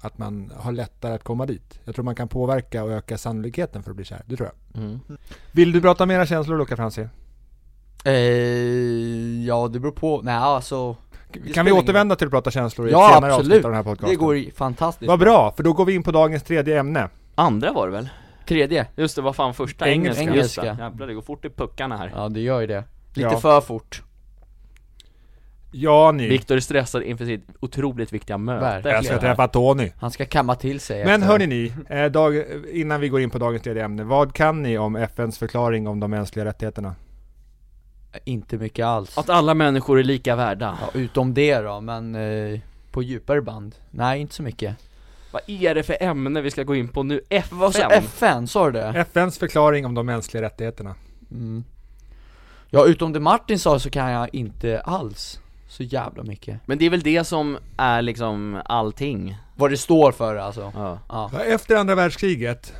Speaker 2: att man har lättare att komma dit. Jag tror man kan påverka och öka sannolikheten för att bli kär, det tror jag.
Speaker 1: Mm.
Speaker 2: Vill du prata mera känslor, Luca Franzén?
Speaker 3: eh, Ja det beror på, nej alltså
Speaker 2: Kan vi
Speaker 3: spelar ingen
Speaker 2: återvända till att prata känslor i
Speaker 3: Ja,
Speaker 2: ett senare avsnitt
Speaker 3: absolut.
Speaker 2: av den här podcasten?
Speaker 3: Det går ju fantastiskt
Speaker 2: Vad bra, för då går vi in på dagens tredje ämne.
Speaker 1: Andra var det väl?
Speaker 3: Tredje
Speaker 1: Just det, vad fan första?
Speaker 2: Engelska.
Speaker 1: Engelska.
Speaker 3: Engelska.
Speaker 1: Engelska. Jävlar det går fort i puckarna här
Speaker 3: Ja det gör ju det Lite
Speaker 2: Ja.
Speaker 3: för fort
Speaker 2: Ja, ni.
Speaker 1: Mm. Viktor är stressad inför sitt otroligt viktiga möte
Speaker 3: Verkligen.
Speaker 2: Jag ska träffa Tony.
Speaker 3: Han ska kamma till sig
Speaker 2: Men
Speaker 3: efter-
Speaker 2: hörni ni, eh, dag, innan vi går in på dagens tredje ämne, vad kan ni om FNs förklaring om de mänskliga rättigheterna?
Speaker 3: Inte mycket alls
Speaker 1: Att alla människor är lika värda
Speaker 3: ja, Utom det då, men eh, på djupare band Nej inte så mycket
Speaker 1: Vad är det för ämne vi ska gå in på nu? FN?
Speaker 3: Vad sa FN, sa du det?
Speaker 2: FNs förklaring om de mänskliga rättigheterna.
Speaker 3: Mm. Ja utom det Martin sa så kan jag inte alls så jävla mycket
Speaker 1: Men det är väl det som är liksom allting?
Speaker 3: Vad det står för alltså
Speaker 1: Ja.
Speaker 3: Ja,
Speaker 2: Ja, Efter andra världskriget,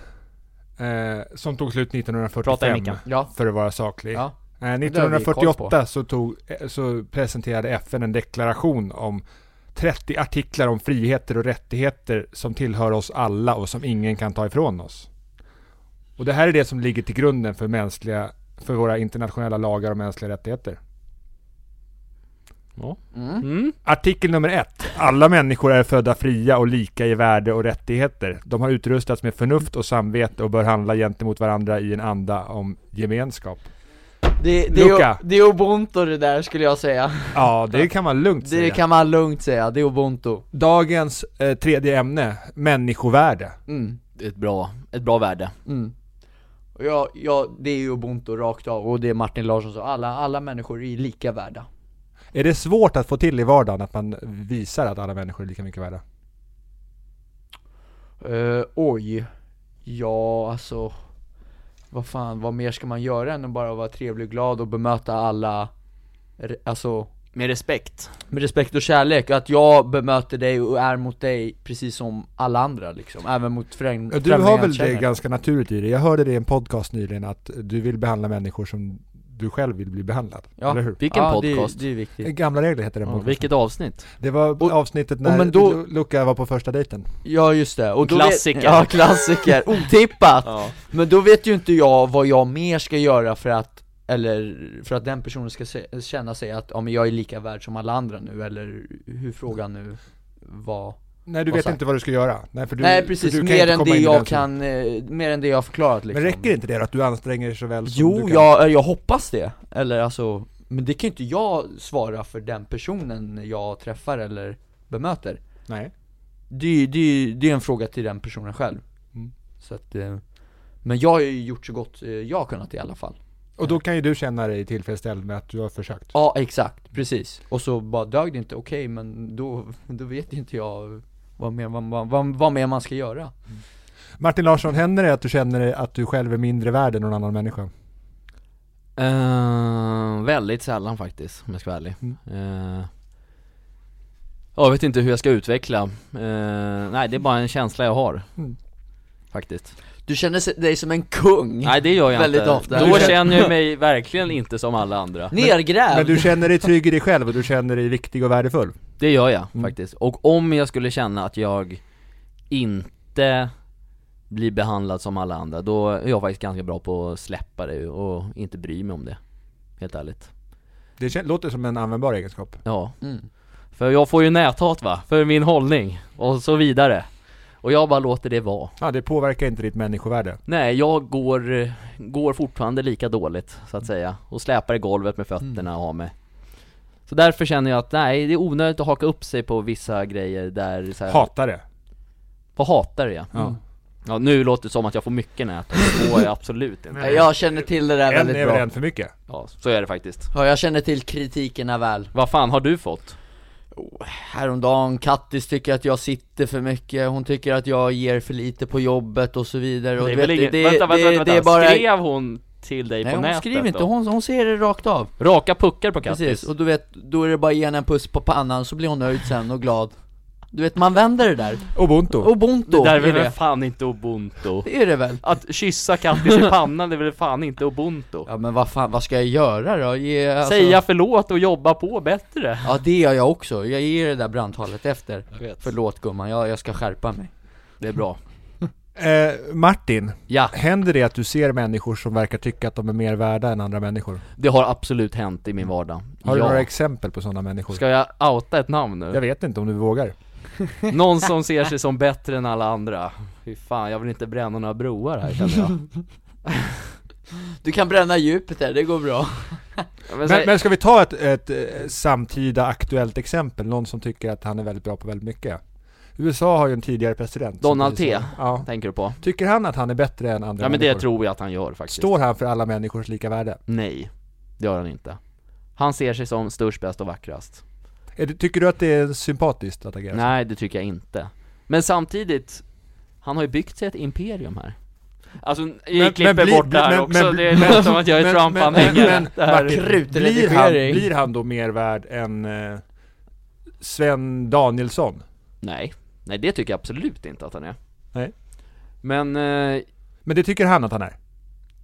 Speaker 2: eh, som tog slut
Speaker 1: Prata i
Speaker 2: 1945,
Speaker 1: micken.
Speaker 3: ja,
Speaker 2: för att vara saklig.
Speaker 3: ja.
Speaker 2: Eh,
Speaker 3: det har vi koll på.
Speaker 2: 1948 så, tog, eh, så presenterade FN en deklaration om 30 artiklar om friheter och rättigheter som tillhör oss alla och som ingen kan ta ifrån oss. Och det här är det som ligger till grunden för, mänskliga, för våra internationella lagar om mänskliga rättigheter.
Speaker 3: Mm.
Speaker 1: Mm.
Speaker 2: Artikel nummer ett. Alla människor är födda fria och lika i värde och rättigheter. De har utrustats med förnuft och samvete och bör handla gentemot varandra i en anda om gemenskap.
Speaker 3: Det, det, är,
Speaker 2: Luca.
Speaker 3: det är ubuntu det där skulle jag säga
Speaker 2: Ja, det kan man lugnt
Speaker 3: Det kan man lugnt säga, det är ubuntu
Speaker 2: Dagens eh, tredje ämne, människovärde.
Speaker 3: mm.
Speaker 1: Det är Ett bra, ett bra värde
Speaker 3: Mm. Och Ja, ja, det är ju ubuntu rakt av och det Martin Larsson sa, alla, alla människor är lika värda
Speaker 2: Är det svårt att få till i vardagen att man visar att alla människor är lika mycket värda?
Speaker 3: Eh, oj. Ja, alltså. Vad fan, vad mer ska man göra än att bara vara trevlig och glad och bemöta alla, re- alltså,
Speaker 1: Med respekt
Speaker 3: med respekt och kärlek. Att jag bemöter dig och är mot dig precis som alla andra liksom. Även mot
Speaker 2: Du
Speaker 3: främ- främlingar
Speaker 2: har väl
Speaker 3: jag känner.
Speaker 2: det ganska naturligt i det. Jag hörde det i en podcast nyligen att du vill behandla människor som du själv vill bli behandlad.
Speaker 3: Ja.
Speaker 2: Eller hur?
Speaker 1: Vilken
Speaker 3: ja,
Speaker 1: podcast?
Speaker 3: Det, det är viktigt.
Speaker 2: Gamla regler heter den
Speaker 1: Ja,
Speaker 2: podcasten.
Speaker 1: vilket avsnitt?
Speaker 2: Det var
Speaker 3: Och-
Speaker 2: avsnittet när
Speaker 3: och men då-
Speaker 2: Lu- Luca var på första dejten.
Speaker 3: Ja just det, och då
Speaker 1: Klassiker.
Speaker 3: Vet, ja klassiker, otippat!
Speaker 1: Ja.
Speaker 3: Men då vet ju inte jag vad jag mer ska göra för att, eller för att den personen ska se, känna sig att, ja men jag är lika värd som alla andra nu, eller hur frågan nu var
Speaker 2: Nej du
Speaker 3: Vad
Speaker 2: vet
Speaker 3: sa jag?
Speaker 2: inte vad du ska göra. Nej, för du,
Speaker 3: Nej
Speaker 2: för
Speaker 3: precis,
Speaker 2: du kan
Speaker 3: mer
Speaker 2: inte
Speaker 3: än
Speaker 2: komma
Speaker 3: det
Speaker 2: in i den
Speaker 3: jag
Speaker 2: zonen.
Speaker 3: kan, eh, mer än det jag har förklarat liksom
Speaker 2: Men räcker inte det då, att du anstränger dig så väl som du
Speaker 3: Jo,
Speaker 2: kan?
Speaker 3: jag, jag hoppas det, eller alltså, men det kan ju inte jag svara för den personen jag träffar eller bemöter
Speaker 2: Nej.
Speaker 3: Det, är ju- det, är ju- det är en fråga till den personen själv
Speaker 2: Mm.
Speaker 3: Så att, eh, men jag har ju gjort så gott eh, jag har kunnat i alla fall
Speaker 2: Och då kan ju du känna dig tillfredsställd med att du har försökt.
Speaker 3: Ja, exakt, precis. Och så bara dög det inte, okej men då, då vet inte jag vad mer, vad, vad, vad, vad mer man ska göra
Speaker 2: Martin Larsson, händer det att du känner dig att du själv är mindre värd än någon annan människa?
Speaker 1: Eh, väldigt sällan faktiskt, om jag ska vara ärlig.
Speaker 2: Mm.
Speaker 1: Eh, ja, jag vet inte hur jag ska utveckla. Eh, nej, det är bara en känsla jag har.
Speaker 2: Mm.
Speaker 1: Faktiskt.
Speaker 3: Du känner se- dig som en kung,
Speaker 1: Nej, det gör jag
Speaker 3: Mm. Väldigt
Speaker 1: inte.
Speaker 3: ofta.
Speaker 1: Då
Speaker 3: Du känner- Mm.
Speaker 1: känner jag mig verkligen inte som alla andra.
Speaker 3: nergrävd!
Speaker 2: Men du känner dig trygg i dig själv och du känner dig viktig och värdefull?
Speaker 1: Det gör jag
Speaker 2: Mm.
Speaker 1: faktiskt. Och om jag skulle känna att jag inte blir behandlad som alla andra, då är jag faktiskt ganska bra på att släppa det och inte bry mig om det. Helt ärligt.
Speaker 2: Det kän- låter som en användbar egenskap.
Speaker 1: Ja.
Speaker 3: mm.
Speaker 1: För jag får ju näthat va, för min hållning och så vidare. Och jag bara låter det vara.
Speaker 2: Ja, det påverkar inte ditt människovärde.
Speaker 1: Nej, jag går, eh, går fortfarande lika dåligt så att säga. Och släpar i golvet med
Speaker 3: Mm.
Speaker 1: fötterna av mig. Så därför känner jag att nej, det är onödigt att haka upp sig på vissa grejer där så här,
Speaker 2: Hatar det.
Speaker 1: På hatare ja.
Speaker 2: Ja.
Speaker 1: Ja nu låter det som att jag får mycket nät, det får jag absolut inte.
Speaker 3: Nej, Jag känner till det där
Speaker 2: En är
Speaker 3: väldigt
Speaker 2: väl
Speaker 3: bra
Speaker 2: en för mycket?
Speaker 1: Ja, så är det faktiskt.
Speaker 3: Ja, jag känner till kritikerna väl
Speaker 1: Vad fan har du fått?
Speaker 3: Häromdagen, Kattis tycker att jag sitter för mycket, hon tycker att jag ger för lite på jobbet och så vidare och
Speaker 1: det är
Speaker 3: du vet,
Speaker 1: väl ingen... vänta, vänta, vänta,
Speaker 3: det är
Speaker 1: vänta.
Speaker 3: bara...
Speaker 1: Skrev hon till dig
Speaker 3: Nej
Speaker 1: på
Speaker 3: hon
Speaker 1: nätet
Speaker 3: skriver inte,
Speaker 1: då?
Speaker 3: hon, hon ser det rakt av
Speaker 1: Raka puckar på Kattis?
Speaker 3: Precis, och du vet, då är det bara att ge henne en puss på pannan så blir hon nöjd sen och glad Du vet, man vänder det där,
Speaker 2: Ubuntu.
Speaker 3: ubuntu
Speaker 1: Det där är
Speaker 3: är
Speaker 1: väl
Speaker 3: det,
Speaker 1: fan inte ubuntu?
Speaker 3: det är det väl?
Speaker 1: Att kyssa Kattis i pannan är väl fan inte ubuntu?
Speaker 3: Ja men vad fan, vad ska jag göra då? Ge, alltså,
Speaker 1: Säga förlåt och jobba på bättre?
Speaker 3: Ja det gör jag också, jag ger det där brandtalet efter
Speaker 1: Jag vet.
Speaker 3: Förlåt gumman, jag, jag ska skärpa mig
Speaker 1: Det är bra.
Speaker 2: Eh, Martin,
Speaker 1: Ja,
Speaker 2: händer det att du ser människor som verkar tycka att de är mer värda än andra människor?
Speaker 1: det har absolut hänt i min vardag.
Speaker 2: Har du
Speaker 1: ja.
Speaker 2: några exempel på sådana människor?
Speaker 1: Ska jag outa ett namn nu?
Speaker 2: Jag vet inte om du vågar.
Speaker 1: Någon som ser sig som bättre än alla andra. Fy fan, jag vill inte bränna några broar här känner jag.
Speaker 3: Du kan bränna Jupiter, det går bra
Speaker 1: Men, så
Speaker 2: Men,
Speaker 1: här-
Speaker 2: men ska vi ta ett, ett eh, samtida aktuellt exempel? Någon som tycker att han är väldigt bra på väldigt mycket. USA har ju en tidigare president. som
Speaker 1: Donald
Speaker 2: precis-
Speaker 1: T.
Speaker 2: Ja.
Speaker 1: tänker du på?
Speaker 2: Tycker han att han är bättre än andra
Speaker 1: Ja men det
Speaker 2: människor?
Speaker 1: tror jag att han gör faktiskt.
Speaker 2: Står han för alla människors lika värde?
Speaker 1: Nej, det gör han inte. Han ser sig som störst, bäst och vackrast.
Speaker 2: Är det, tycker du att det är sympatiskt att agera så?
Speaker 1: Nej, det tycker jag inte. Men samtidigt, han har ju byggt sig ett imperium här. Alltså, jag klipper
Speaker 2: bli-
Speaker 1: bort det här
Speaker 2: men-
Speaker 1: också,
Speaker 2: men-
Speaker 1: det låter som att jag är
Speaker 2: men-
Speaker 1: Trump-anhängare.
Speaker 2: men-
Speaker 1: Det här-
Speaker 2: Martin, blir, han,
Speaker 3: Krutredigering.
Speaker 2: blir han då mer värd än eh, Sven Danielsson?
Speaker 1: Nej, nej det tycker jag absolut inte att han är.
Speaker 2: Nej.
Speaker 1: Men, eh,
Speaker 2: Men det tycker han att han är.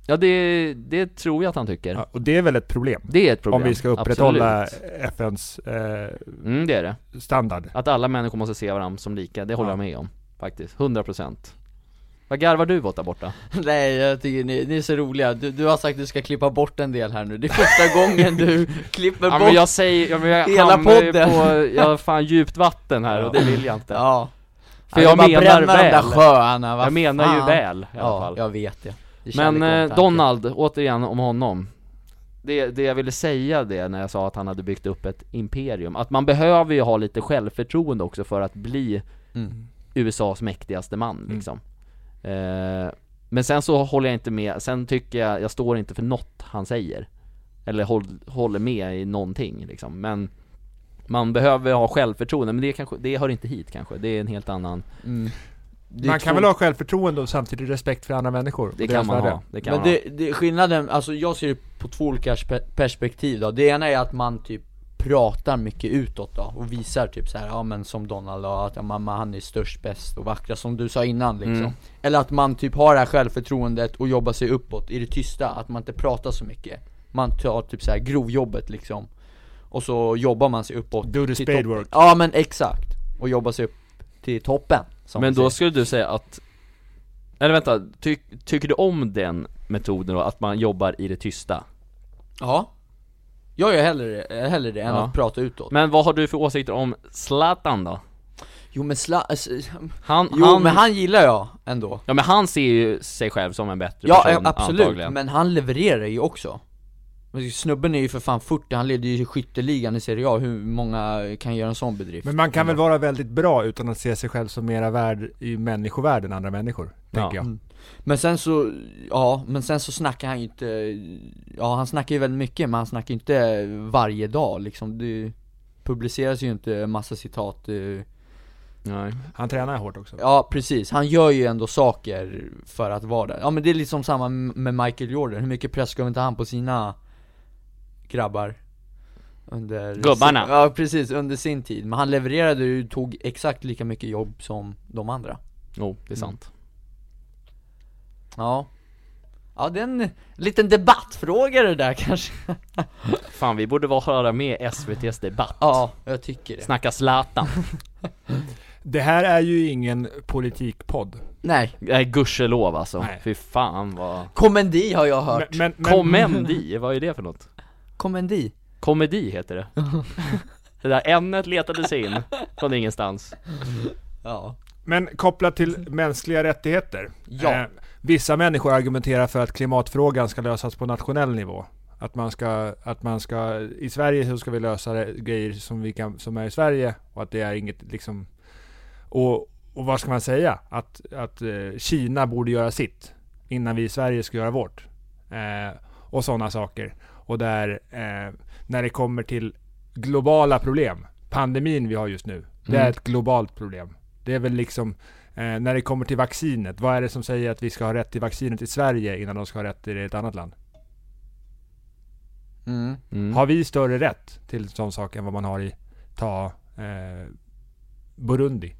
Speaker 1: ja det, det tror jag att han tycker.
Speaker 2: Ja, och det är väl ett problem?
Speaker 1: Det är ett problem.
Speaker 2: om vi ska upprätthålla
Speaker 1: Absolut.
Speaker 2: FNs eh,
Speaker 1: Mm, det är det.
Speaker 2: standard.
Speaker 1: Att alla människor måste se varandra som lika, det håller
Speaker 2: Ja.
Speaker 1: jag med om. Faktiskt, 100%. Vad garvar du åt där borta?
Speaker 3: Nej jag tycker ni, ni är så roliga, du, du har sagt att du ska klippa bort en del här nu, det är första gången du klipper
Speaker 1: Ja
Speaker 3: bort
Speaker 1: men jag säger, ja, men jag
Speaker 3: Hela
Speaker 1: hamnar ju
Speaker 3: podden.
Speaker 1: på, jag har fan djupt vatten här och det vill jag inte.
Speaker 3: Ja
Speaker 1: För jag
Speaker 3: vill bara
Speaker 1: menar
Speaker 3: bränna de där
Speaker 1: väl.
Speaker 3: sjöarna, vad
Speaker 1: Jag menar ju
Speaker 3: fan.
Speaker 1: väl i alla
Speaker 3: Ja,
Speaker 1: fall.
Speaker 3: jag vet det, det är
Speaker 1: Men
Speaker 3: kärlek och
Speaker 1: eh,
Speaker 3: omtanke.
Speaker 1: Donald, återigen om honom det, det jag ville säga det när jag sa att han hade byggt upp ett imperium, att man behöver ju ha lite självförtroende också för att bli
Speaker 3: Mm.
Speaker 1: USAs mäktigaste man liksom eh, Men sen så håller jag inte med, sen tycker jag, jag står inte för något han säger Eller håll, håller med i någonting liksom, men Man behöver ha självförtroende, men det, kanske, det hör inte hit kanske, det är en helt annan
Speaker 3: Mm. Det är
Speaker 2: Man kan
Speaker 3: två-
Speaker 2: väl ha självförtroende och samtidigt respekt för andra människor? och
Speaker 1: Det kan
Speaker 2: deras
Speaker 1: man
Speaker 2: värde.
Speaker 1: ha, det kan
Speaker 3: Men
Speaker 1: man ha.
Speaker 3: det, det, skillnaden, alltså jag ser det på två olika spe- perspektiv då. Det ena är att man typ pratar mycket utåt då och visar typ så här, ja men som Donald då, att ja, mamma han är störst, bäst och vackrast som du sa innan liksom
Speaker 1: Mm.
Speaker 3: Eller att man typ har det här självförtroendet och jobbar sig uppåt i det tysta, att man inte pratar så mycket Man tar typ så här grovjobbet liksom Och så jobbar man sig uppåt
Speaker 2: Do the
Speaker 3: till
Speaker 2: spade
Speaker 3: toppen.
Speaker 2: work.
Speaker 3: Ja men exakt, och jobbar sig upp till toppen som
Speaker 1: Men
Speaker 3: man säger.
Speaker 1: då skulle du säga att Eller vänta, ty, tycker du om den metoden då? Att man jobbar i det tysta?
Speaker 3: Ja Jag gör hellre, hellre det än
Speaker 1: Ja.
Speaker 3: att prata utåt
Speaker 1: Men vad har du för åsikter om Zlatan då?
Speaker 3: Jo men sla, alltså,
Speaker 1: Han,
Speaker 3: jo
Speaker 1: han,
Speaker 3: men han gillar jag ändå
Speaker 1: Ja men han ser ju sig själv som en bättre
Speaker 3: Ja
Speaker 1: person
Speaker 3: eh, absolut,
Speaker 1: antagligen.
Speaker 3: men han levererar ju också Men Snubben är ju för fan 40, han leder ju skytteligan i Serie A, hur många kan göra en sån bedrift?
Speaker 2: Men man kan väl vara väldigt bra utan att se sig själv som mera värd i människovärlden än andra människor, tänker jag.
Speaker 3: Mm. Men sen så, ja, men sen så snackar han ju inte, ja han snackar ju väldigt mycket men han snackar ju inte varje dag liksom, det publiceras ju inte massa citat eh,
Speaker 1: Nej.
Speaker 2: Han tränar hårt också.
Speaker 3: Ja precis, han gör ju ändå saker för att vara där. Ja men det är liksom samma m- med Michael Jordan, hur mycket press gav inte han på sina grabbar? Under
Speaker 1: Gubbarna.
Speaker 3: Sin, ja precis, under sin tid. Men han levererade ju, tog exakt lika mycket jobb som de andra
Speaker 1: Jo, det är sant
Speaker 3: Ja Ja det är en liten debattfråga det där kanske
Speaker 1: Fan vi borde vara höra med i SVT's debatt
Speaker 3: Ja, jag tycker det
Speaker 1: Snacka Zlatan
Speaker 2: Det här är ju ingen politikpodd.
Speaker 3: Nej,
Speaker 1: Nej gudskelov alltså,
Speaker 2: Nej.
Speaker 1: fy fan vad
Speaker 3: komedi har jag hört
Speaker 2: Men, men, men,
Speaker 1: Komendi, vad är det för något?
Speaker 3: Komedi?
Speaker 1: Komedi heter det Det där ämnet letade sig in från ingenstans
Speaker 3: Ja
Speaker 2: men kopplat till mänskliga rättigheter.
Speaker 3: Ja.
Speaker 2: Eh, vissa människor argumenterar för att klimatfrågan ska lösas på nationell nivå. Att man ska, att man ska, i Sverige så ska vi lösa det- grejer som, vi kan, som är i Sverige och att det är inget liksom, och, och vad ska man säga? Att, att eh, Kina borde göra sitt innan vi i Sverige ska göra vårt. Eh, och sådana saker. Och där, eh, när det kommer till globala problem, pandemin vi har just nu, det är
Speaker 1: Mm.
Speaker 2: ett globalt problem. Det är väl liksom, eh, när det kommer till vaccinet, vad är det som säger att vi ska ha rätt till vaccinet i Sverige innan de ska ha rätt till det i ett annat land?
Speaker 3: mm.
Speaker 1: mm.
Speaker 2: Har vi större rätt till sån sak än vad man har i, ta, eh, Burundi?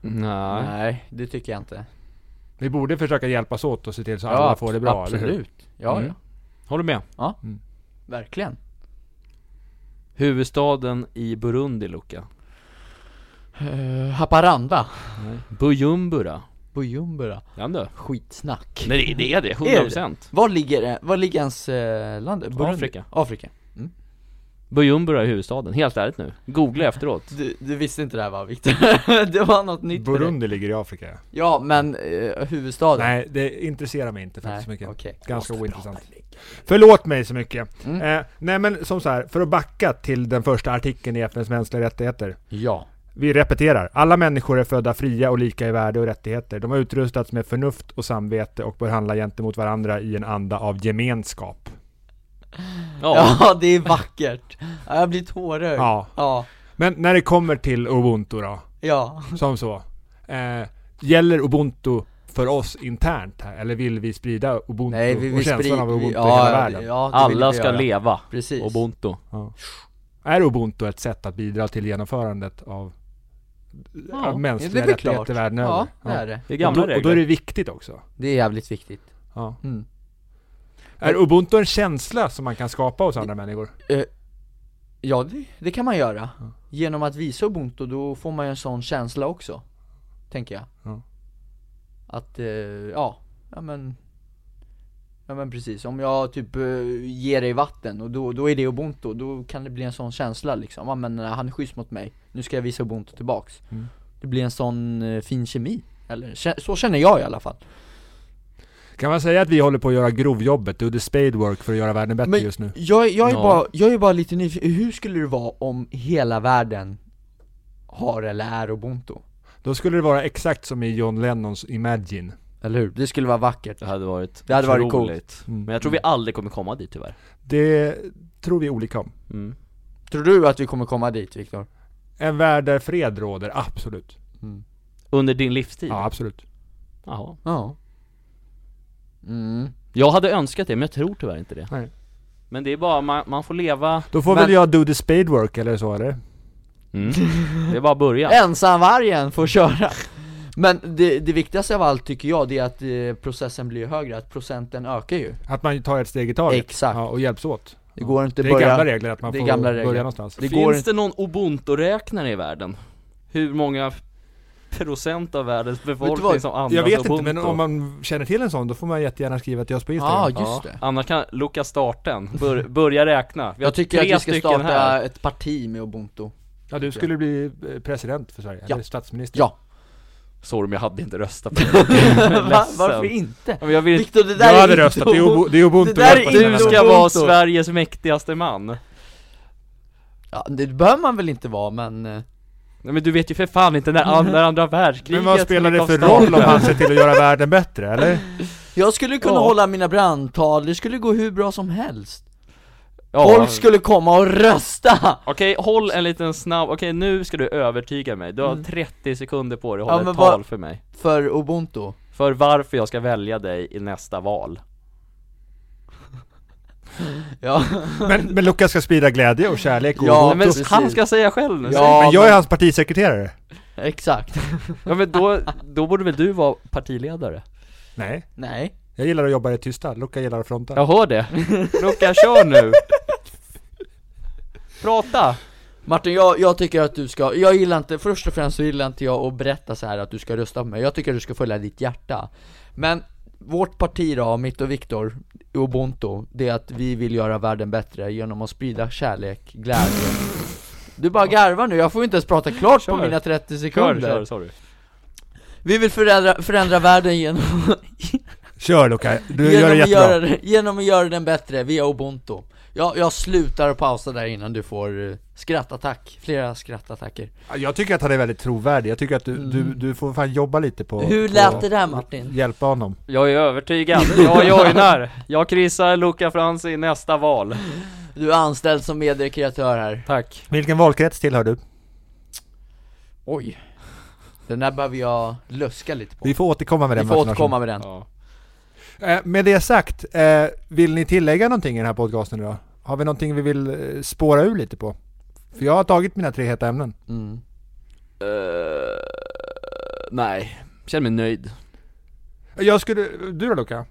Speaker 1: Nej.
Speaker 3: Nej, det tycker jag inte
Speaker 2: Vi borde försöka hjälpas åt och se till så alla får det bra, eller hur?
Speaker 3: Absolut, ja
Speaker 1: Mm.
Speaker 3: ja,
Speaker 1: Håller med
Speaker 3: verkligen
Speaker 1: Huvudstaden i Burundi Luca
Speaker 3: Eh, Haparanda,
Speaker 1: Bujumbura
Speaker 3: Bujumbura,
Speaker 1: Kan du?
Speaker 3: skitsnack
Speaker 1: Nej det- det är det,
Speaker 3: det?
Speaker 1: 100%
Speaker 3: Var ligger det, var ligger ens eh, land? Burundi?
Speaker 1: Afrika.
Speaker 3: Afrika
Speaker 1: Bujumbura är huvudstaden, helt ärligt nu Googla efteråt
Speaker 3: du, du visste inte det här va Viktor? det var något nytt för dig.
Speaker 2: Burundi ligger i Afrika. ja.
Speaker 3: Ja men, eh, huvudstaden
Speaker 2: Nej, det intresserar mig inte faktiskt så
Speaker 3: Nej,
Speaker 2: mycket.
Speaker 3: okej
Speaker 2: Ganska
Speaker 3: Måste
Speaker 2: ointressant.
Speaker 3: prata lite.
Speaker 2: Förlåt mig så mycket.
Speaker 3: Mm.
Speaker 2: Eh, nej men som så här, för att backa till den första artikeln i FNs mänskliga rättigheter.
Speaker 3: Ja
Speaker 2: Vi repeterar, alla människor är födda fria och lika i värde och rättigheter. De har utrustats med förnuft och samvete och bör handla gentemot varandra i en anda av gemenskap.
Speaker 1: Ja,
Speaker 3: Ja, det är vackert. Ja, Jag blir tårögd. Ja.
Speaker 2: Ja.
Speaker 3: ja,
Speaker 2: Men när det kommer till ubuntu då,
Speaker 3: ja,
Speaker 2: som så. Eh, gäller ubuntu för oss internt här, eller vill vi sprida ubuntu
Speaker 3: Nej, vi, vi
Speaker 2: och känslan
Speaker 3: sprid-
Speaker 2: av ubuntu
Speaker 3: vi-
Speaker 2: i hela
Speaker 3: ja,
Speaker 2: världen?
Speaker 3: ja, det vill
Speaker 1: alla
Speaker 3: vi
Speaker 1: ska
Speaker 3: göra.
Speaker 1: leva
Speaker 3: Precis.
Speaker 1: Ubuntu
Speaker 2: Är ubuntu ett sätt att bidra till genomförandet av,
Speaker 1: Ja,
Speaker 2: av
Speaker 3: Ja,
Speaker 2: mänskliga
Speaker 3: det är väl klart.
Speaker 2: rättigheter världen över?
Speaker 3: Ja, det är det.
Speaker 1: Det är
Speaker 2: Och
Speaker 1: gamla
Speaker 2: då, och då är
Speaker 1: regler
Speaker 2: det viktigt också.
Speaker 3: Det är jävligt viktigt.
Speaker 2: Ja.
Speaker 3: Mm.
Speaker 2: Är ubuntu en känsla som man kan skapa hos andra människor?
Speaker 3: Ja, det, det kan man göra. Genom att visa Ubuntu, då får man ju en sån känsla också. Tänker jag.
Speaker 2: Ja.
Speaker 3: Att, eh, ja, ja men Ja men precis, om jag typ eh, ger dig vatten och då, då är det ubuntu, då kan det bli en sån känsla liksom, ja men eh, han är schysst mot mig, nu ska jag visa ubuntu tillbaks
Speaker 2: Mm.
Speaker 3: Det blir en sån eh, fin kemi, eller kä- så känner jag i alla fall
Speaker 2: Kan man säga att vi håller på att göra grovjobbet, do the spade work för att göra världen bättre
Speaker 3: Men-
Speaker 2: just nu?
Speaker 3: Jag, jag, är
Speaker 1: Ja.
Speaker 3: bara, jag är bara lite nyfiken, hur skulle det vara om hela världen har eller är ubuntu?
Speaker 2: Då skulle det vara exakt som i John Lennons Imagine.
Speaker 3: Eller hur? Det skulle vara vackert
Speaker 1: Det hade varit
Speaker 3: Det hade varit
Speaker 1: otroligt.
Speaker 2: Mm.
Speaker 1: Men jag tror vi aldrig kommer komma dit tyvärr
Speaker 2: Det tror vi är olika om.
Speaker 1: mm.
Speaker 3: Tror du att vi kommer komma dit Viktor?
Speaker 2: En värld där fred råder, absolut.
Speaker 1: Under din livstid?
Speaker 2: Ja, absolut.
Speaker 1: Jaha.
Speaker 3: Ja mm.
Speaker 1: Jag hade önskat det, men jag tror tyvärr inte det
Speaker 2: Nej.
Speaker 1: Men det är bara, man, man får leva
Speaker 2: Då får
Speaker 3: Men-
Speaker 2: väl jag do the spade work eller så eller?
Speaker 1: Det är bara början
Speaker 3: Ensamvargen får köra Men det, det viktigaste av allt tycker jag, det är att eh, processen blir högre, att procenten ökar ju
Speaker 2: Att man tar ett steg i taget.
Speaker 3: Exakt.
Speaker 2: Ja, och hjälps åt.
Speaker 3: Det går inte
Speaker 2: Det är
Speaker 3: börja...
Speaker 2: gamla regler att man
Speaker 3: det är
Speaker 2: får
Speaker 3: gamla regler.
Speaker 2: börja någonstans.
Speaker 3: Det
Speaker 1: Finns
Speaker 3: går inte...
Speaker 1: det någon ubuntu-räknare i världen? Hur många procent av världens befolkning
Speaker 3: vad?
Speaker 1: som använder
Speaker 2: Jag vet
Speaker 1: ubuntu?
Speaker 2: inte, men om man känner till en sån då får man jättegärna skriva till oss på
Speaker 3: Ja,
Speaker 2: Instagram.
Speaker 3: just det
Speaker 1: Annars kan Luca starta en, Bör, börja räkna. Vi har
Speaker 3: Jag tycker att
Speaker 1: tre
Speaker 3: vi ska
Speaker 1: stycken
Speaker 3: starta
Speaker 1: här.
Speaker 3: ett parti med ubuntu
Speaker 2: Ja, du skulle bli eh, president för Sverige,
Speaker 3: Ja.
Speaker 2: eller statsminister.
Speaker 3: Ja!
Speaker 1: Sorry men jag hade inte röstat på det.
Speaker 3: Va? Varför inte?
Speaker 1: Ja, men jag vill
Speaker 3: Viktor det där
Speaker 2: Jag hade
Speaker 3: är
Speaker 2: röstat, det är,
Speaker 3: inte...
Speaker 2: obo, det är ubuntu.
Speaker 3: Det där
Speaker 2: jag
Speaker 3: är inte
Speaker 2: fattar
Speaker 1: Du
Speaker 2: den
Speaker 1: ska
Speaker 2: här.
Speaker 3: ubuntu.
Speaker 1: vara Sveriges mäktigaste man. Nej
Speaker 3: Ja, det behöver man väl inte vara men... eh,
Speaker 1: men du vet ju för fan inte när andra, andra världskriget
Speaker 2: Men vad spelar det
Speaker 1: gick av
Speaker 2: för
Speaker 1: stapeln.
Speaker 2: roll om han ser till att göra världen bättre, eller?
Speaker 3: Jag skulle kunna
Speaker 1: Ja.
Speaker 3: hålla mina brandtal, det skulle gå hur bra som helst
Speaker 1: Ja.
Speaker 3: Folk skulle komma och rösta!
Speaker 1: Okej, håll en liten snabb, okej nu ska du övertyga mig, du har
Speaker 2: Mm.
Speaker 1: 30 sekunder på dig att
Speaker 3: Ja,
Speaker 1: hålla
Speaker 3: men
Speaker 1: ett tal
Speaker 3: vad-
Speaker 1: för mig
Speaker 3: För ubuntu
Speaker 1: För varför jag ska välja dig i nästa val
Speaker 3: Ja,
Speaker 2: Men, men Lukas ska sprida glädje och kärlek och
Speaker 3: Ja,
Speaker 1: Nej,
Speaker 2: ubuntu.
Speaker 1: men
Speaker 3: precis.
Speaker 1: han ska säga själv nu,
Speaker 3: Ja.
Speaker 2: Men jag är
Speaker 3: men-
Speaker 2: hans partisekreterare.
Speaker 3: exakt
Speaker 1: ja men då, då borde väl du vara partiledare?
Speaker 2: Nej,
Speaker 3: Nej
Speaker 2: jag gillar att jobba i det tysta. Luca gillar att fronta.
Speaker 1: Jag hör det, Luca kör nu Prata!
Speaker 3: Martin, jag, jag tycker att du ska, jag gillar inte, först och främst så gillar inte jag att berätta så här att du ska rösta på mig, jag tycker att du ska följa ditt hjärta Men vårt parti då, mitt och Viktor, Ubuntu, det är att vi vill göra världen bättre genom att sprida kärlek, glädje Du bara garvar nu, jag får ju inte ens prata klart
Speaker 1: Kör.
Speaker 3: på mina 30
Speaker 1: Kör,
Speaker 3: sekunder
Speaker 1: kör, sorry
Speaker 3: Vi vill förändra, förändra världen genom,
Speaker 2: Kör Luca, du gör det
Speaker 3: genom, att
Speaker 2: jättebra.
Speaker 3: göra, det- genom att göra den bättre via Ubuntu jag, jag slutar och pausa där innan du får eh, skrattattack, flera skrattattacker
Speaker 2: Jag tycker att han är väldigt trovärdig. Jag tycker att du, du, du får fan jobba lite på...
Speaker 3: Mm. Hur
Speaker 2: på,
Speaker 3: lät det där Martin?
Speaker 2: Hjälpa honom.
Speaker 1: Jag är övertygad, jag joinar! Jag krisar Luca Frans i nästa val
Speaker 3: Du är anställd som mediekreatör här
Speaker 1: Tack
Speaker 2: Vilken valkrets tillhör du?
Speaker 3: Oj Den där behöver jag luska lite på
Speaker 2: Vi får återkomma med
Speaker 3: Vi
Speaker 2: den
Speaker 3: får
Speaker 2: Martin
Speaker 3: återkomma med den
Speaker 1: ja.
Speaker 2: Eh, Med det sagt, eh, vill ni tillägga någonting i den här podcasten idag? Har vi någonting vi vill eh, spåra ur lite på? För jag har tagit mina tre heta ämnen.
Speaker 3: mm.
Speaker 1: Eh, nej, känner mig nöjd
Speaker 2: Jag skulle, du då Luca?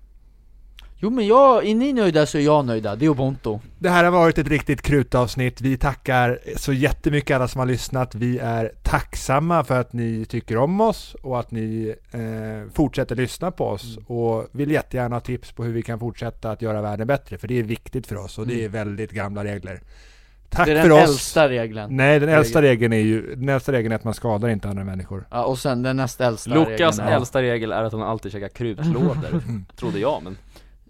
Speaker 3: Jo men jag, är ni nöjda så är jag nöjda, det är ubuntu
Speaker 2: Det här har varit ett riktigt krutavsnitt. Vi tackar så jättemycket alla som har lyssnat. Vi är tacksamma för att ni tycker om oss och att ni eh, fortsätter lyssna på oss
Speaker 3: Mm.
Speaker 2: och vill jättegärna ha tips på hur vi kan fortsätta att göra världen bättre för det är viktigt för oss och det är väldigt gamla regler. Tack
Speaker 3: Mm. Det är
Speaker 2: för
Speaker 3: den
Speaker 2: oss!
Speaker 3: äldsta regeln
Speaker 2: Nej, den äldsta regeln är ju, den äldsta regeln är att man skadar inte andra människor.
Speaker 3: Ja och sen den näst äldsta
Speaker 1: Lukas
Speaker 3: regeln är-
Speaker 1: äldsta regel är att han alltid käkar krutlådor, trodde jag men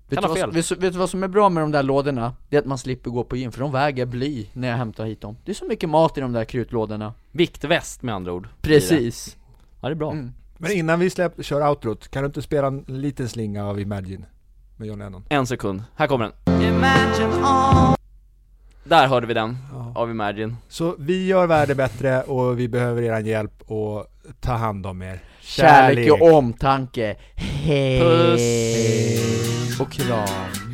Speaker 3: Vet
Speaker 1: Kan
Speaker 3: du,
Speaker 1: ha fel.
Speaker 3: vad, vet, vet du vad som är bra med de där lådorna? Det är att man slipper gå på gym, för de väger bly när jag hämtar hit dem Det är så mycket mat i de där krutlådorna
Speaker 1: Viktväst med andra ord
Speaker 3: Precis
Speaker 1: Ja det är bra
Speaker 3: Mm.
Speaker 2: Men innan vi släpp, kör outrot, kan du inte spela en liten slinga av Imagine med John Lennon?
Speaker 1: En sekund, här kommer den Där hörde vi den, av Imagine
Speaker 2: Så vi gör världen bättre och vi behöver er hjälp och ta hand om er.
Speaker 3: Kärlek och omtanke, hej!
Speaker 1: Puss.
Speaker 3: Och kram
Speaker 4: Ah, ah,